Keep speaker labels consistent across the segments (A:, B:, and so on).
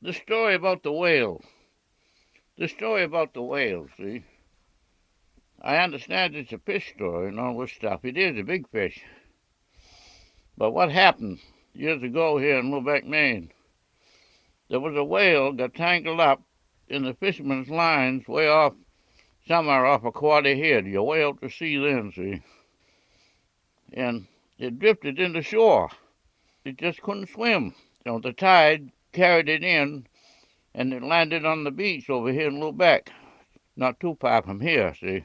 A: The story about the whale. The story about the whale, see? I understand it's a fish story and all this stuff. It is a big fish. But what happened years ago here in Lubeck, Maine? There was a whale got tangled up in the fishermen's lines way off somewhere off a quarter head. You way out to sea then, see? And it drifted into shore. It just couldn't swim. You know, the tide carried it in and it landed on the beach over here in Lubeck. Not too far from here, see.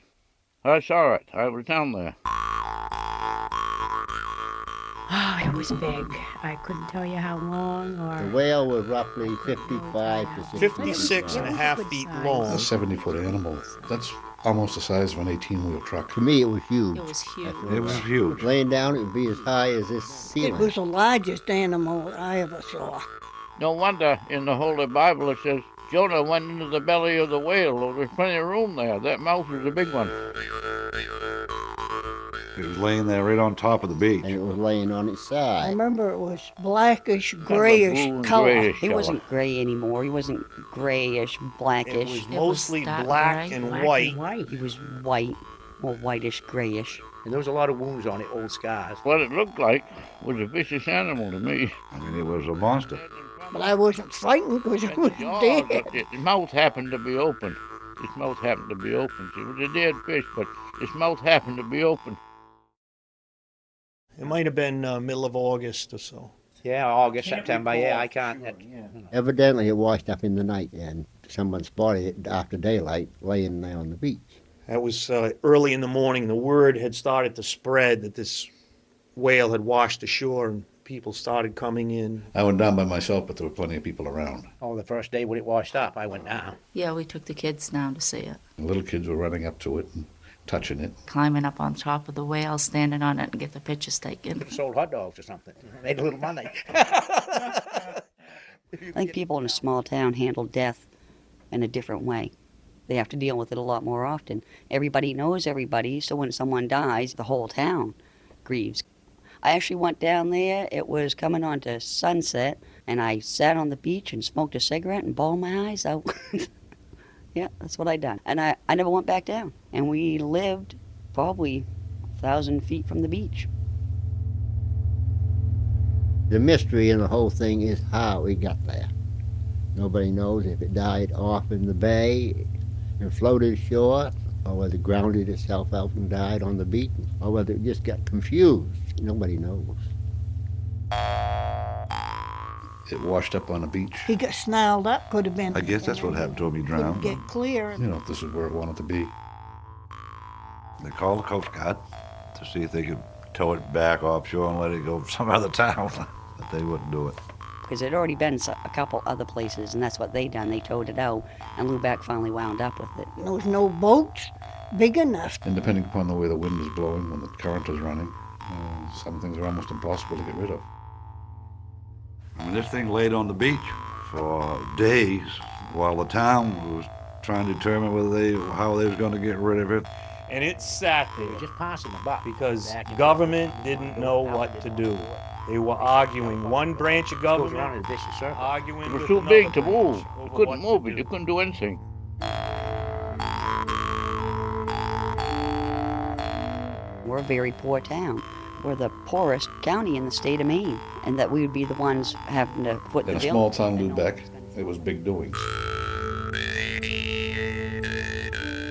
A: I saw it. I was down there.
B: Oh, it was big. I couldn't tell you how long or.
C: The whale was roughly 55 to 60
D: 56 and a half feet long.
E: A 70 foot animal. That's almost the size of an 18 wheel truck.
C: To me, it was huge.
B: It was huge.
C: That's what
F: It was huge.
C: Laying down, it would be as high as this
G: It
C: ceiling.
G: was the largest animal I ever saw.
A: No wonder in the Holy Bible it says Jonah went into the belly of the whale. Well, there's plenty of room there. That mouth was a big one.
F: It was laying there right on top of the
C: and
F: beach.
C: it was laying on its
G: I
C: side.
G: remember it was blackish,
A: Kind of a
G: grayish
A: blue and
G: color.
A: grayish
H: He
A: color.
H: wasn't gray anymore. He wasn't grayish,
D: It
H: blackish.
D: was
B: was
D: mostly
B: dark
D: black
B: gray,
D: and
B: black
D: white.
B: and white.
H: He was white, or whitish grayish.
I: And there was a lot of wounds on it, old scars.
A: What it looked like was a vicious animal to me.
F: I mean, it was a monster.
G: But I wasn't frightened because it was
A: And the jaws,
G: dead.
A: but Its mouth happened to be open. Its mouth happened to be open. It was a dead fish, but its mouth happened to be open.
D: It might have been uh, middle of August or so.
I: Yeah, August, September. Yeah, I can't. that-
C: Evidently, it washed up in the night, and someone's body after daylight laying there on the beach.
D: That was uh, early in the morning. The word had started to spread that this whale had washed ashore, and people started coming in.
E: I went down by myself, but there were plenty of people around.
I: Oh, the first day when it washed up, I went down.
H: Yeah, we took the kids down to see it.
E: The little kids were running up to it and touching it.
H: Climbing up on top of the whale, standing on it, and get the pictures taken.
I: Sold hot dogs or something. Made a little money.
H: I think people in a small town handle death in a different way. They have to deal with it a lot more often. Everybody knows everybody, so when someone dies, the whole town grieves. I actually went down there, it was coming on to sunset, and I sat on the beach and smoked a cigarette and bawled my eyes out. yeah, that's what I done. And I, I never went back down. And we lived probably a thousand feet from the beach.
C: The mystery in the whole thing is how it got there. Nobody knows if it died off in the bay and floated ashore, or whether it grounded itself out and died on the beach, or whether it just got confused. Nobody knows.
E: It washed up on a beach.
G: He got snarled up, could have been.
F: I guess that's what happened to him. He
G: Couldn't
F: drowned.
G: get clear.
E: You know, this is where it wanted to be.
F: They called the Coast Guard to see if they could tow it back offshore and let it go some other town, but they wouldn't do it.
H: because there'd already been so- a couple other places, and that's what they done. They towed it out, and Lubac finally wound up with it.
G: There was no boats big enough.
E: And depending upon the way the wind is blowing, when the current is running, uh, some things are almost impossible to get rid of.
F: I mean, this thing laid on the beach for days while the town was trying to determine whether they how they was going to get rid of it.
D: And it sat
I: They were just passing the buck.
D: because
I: Back and
D: government
I: forth.
D: didn't know what to do. They were
I: It
D: arguing. One branch of
I: Goes around in
D: government
I: a vicious circle.
D: arguing.
A: It was
D: with
A: too
D: another
A: big to
D: branch
A: move.
D: over
A: You
D: what
A: couldn't
D: to
A: move it.
D: do.
A: You couldn't do anything.
H: We're a very poor town. We're the poorest county in the state of Maine, and that we would be the ones having to foot
E: In
H: the
E: a small
H: bill.
E: town, Lubeck, it was big doings.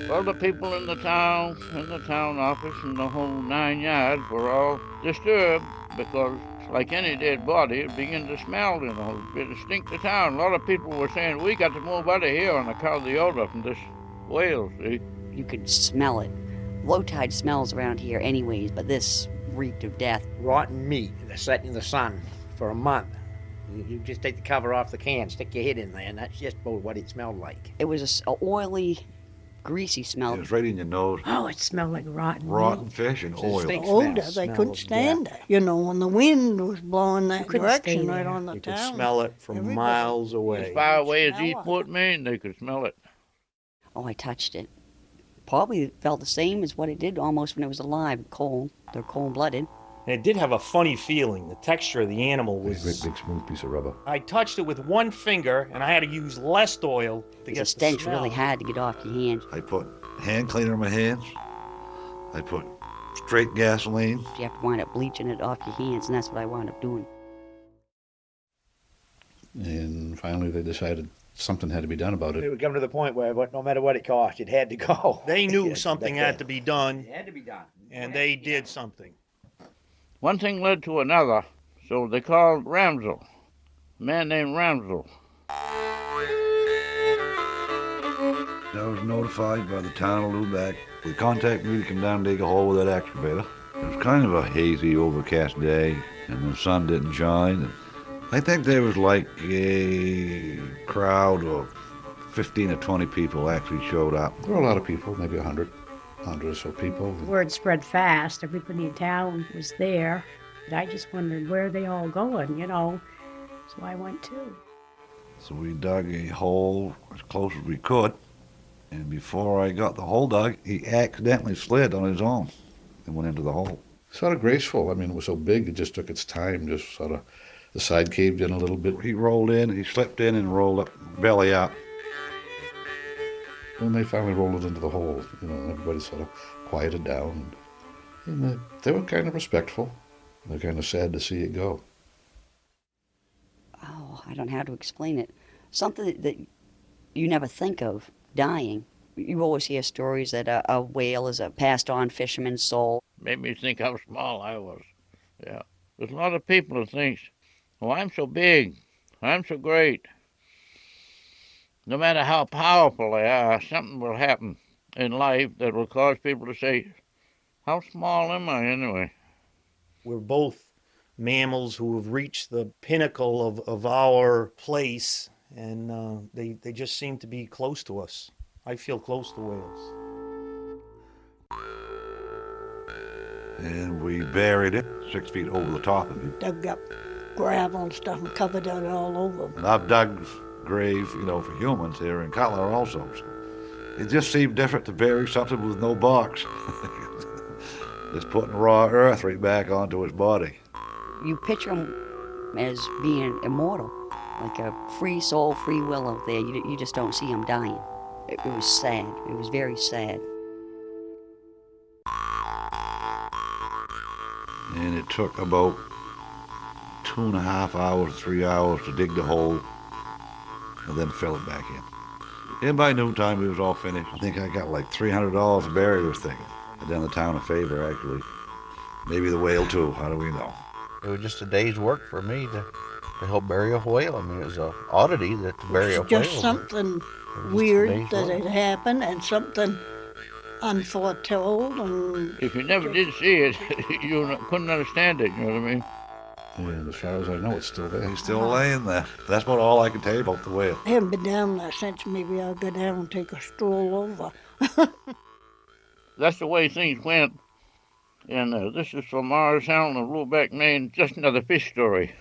A: Well, the people in the town, in the town office, and the whole nine yards were all disturbed because, like any dead body, it began to smell, you know, it stink the town. A lot of people were saying, we got to move out of here on account of the odor from this whale, see?
H: You could smell it. Low tide smells around here, anyways, but this reeked of death.
I: Rotten meat that's sitting in the sun for a month. You, you just take the cover off the can, stick your head in there, and that's just about what it smelled like.
H: It was a s- a oily, greasy smell.
F: It was right in your nose.
B: Oh, it smelled like rotten.
F: Rotten
B: meat.
F: fish and
I: It
F: oil.
G: The
I: stinks
G: older,
I: now,
G: they
I: smell
G: couldn't
I: of
G: stand it. You know, when the wind was blowing that
B: couldn't stay
G: direction right
B: there.
G: on the
D: You could
G: town.
D: smell it from
G: Everybody-
D: miles
A: As
D: away.
A: far away as
G: Smell it.
A: Eastport, Maine, they could smell it.
H: Oh, I touched it. Probably felt the same as what it did almost when it was alive. Cold. They're cold blooded.
D: And it did have a funny feeling. The texture of the animal
E: Big, big,
D: was.
E: big smooth piece of rubber.
D: I touched it with one finger, and I had to use less oil to get
H: The stench
D: the
H: really
D: smell.
H: hard to get off your hands.
F: I put hand cleaner on my hands. I put straight gasoline.
H: You have to wind up bleaching it off your hands, and that's what I wound up doing.
E: And finally, they decided something had to be done about
I: It
E: it.
I: would come to the point where what, no matter what it cost, it had to go.
D: They
I: Yeah,
D: knew
I: that's
D: something had to be done,
I: It had to be done.
D: and they did something.
A: One thing led to another, so they called Ramsel, a man named Ramsel.
F: I was notified by the town of Lubeck. They contacted me to come down and dig a hole with that excavator. It was kind of a hazy, overcast day, and the sun didn't shine. And I think there was like a crowd of 15 or 20 people actually showed up.
E: There were a lot of people, maybe a hundred, hundred or so people.
B: Word spread fast. Everybody in town was there. But I just wondered where they all going, you know. So I went too.
F: So we dug a hole as close as we could, and before I got the hole dug, he accidentally slid on his own and went into the hole.
E: Sort of graceful. I mean, it was so big, it just took its time. Just sort of, the side caved in a little bit.
F: He rolled in, he slipped in and rolled up, belly up.
E: When they finally rolled it into the hole, you know, and everybody sort of quieted down. And, and they, they were kind of respectful. They were kind of sad to see it go.
H: Oh, I don't know how to explain it. Something that, that you never think of dying. You always hear stories that a, a whale is a passed on fisherman's soul.
A: Made me think how small I was. Yeah. There's a lot of people who thinks, oh, I'm so big, I'm so great. No matter how powerful they are, something will happen in life that will cause people to say, how small am I anyway?
D: We're both mammals who have reached the pinnacle of, of our place, and uh, they, they just seem to be close to us. I feel close to whales.
F: And we buried it six feet over the top of it.
G: Dug up gravel and stuff and covered it all over.
F: And I've dug grave, you know, for humans here in Cutler also. So it just seemed different to bury something with no box. just putting raw earth right back onto his body.
H: You picture him as being immortal, like a free soul, free will out there. You, you just don't see him dying. It, it was sad. It was very sad.
F: and it took about two and a half hours, three hours to dig the hole and then fill it back in. And by noontime, it was all finished. I think I got like $300 to bury this thing. I done the town a favor, actually. Maybe the whale, too. How do we know?
J: It was just a day's work for me to, to help bury a whale. I mean, it was a oddity that to bury a
G: It's
J: whale.
G: just something
J: just
G: weird
J: amazing.
G: that it happened and something unforetold and
A: If you never did see it, you n- couldn't understand it, you know what I mean?
E: And as far as I know, it's still there.
F: He's still laying there. That's about all I can tell you about the whale.
G: I haven't been down there since. Maybe I'll go down and take a stroll over.
A: That's the way things went. And uh, this is from Mars Allen of Lubeck, Maine. Just another fish story.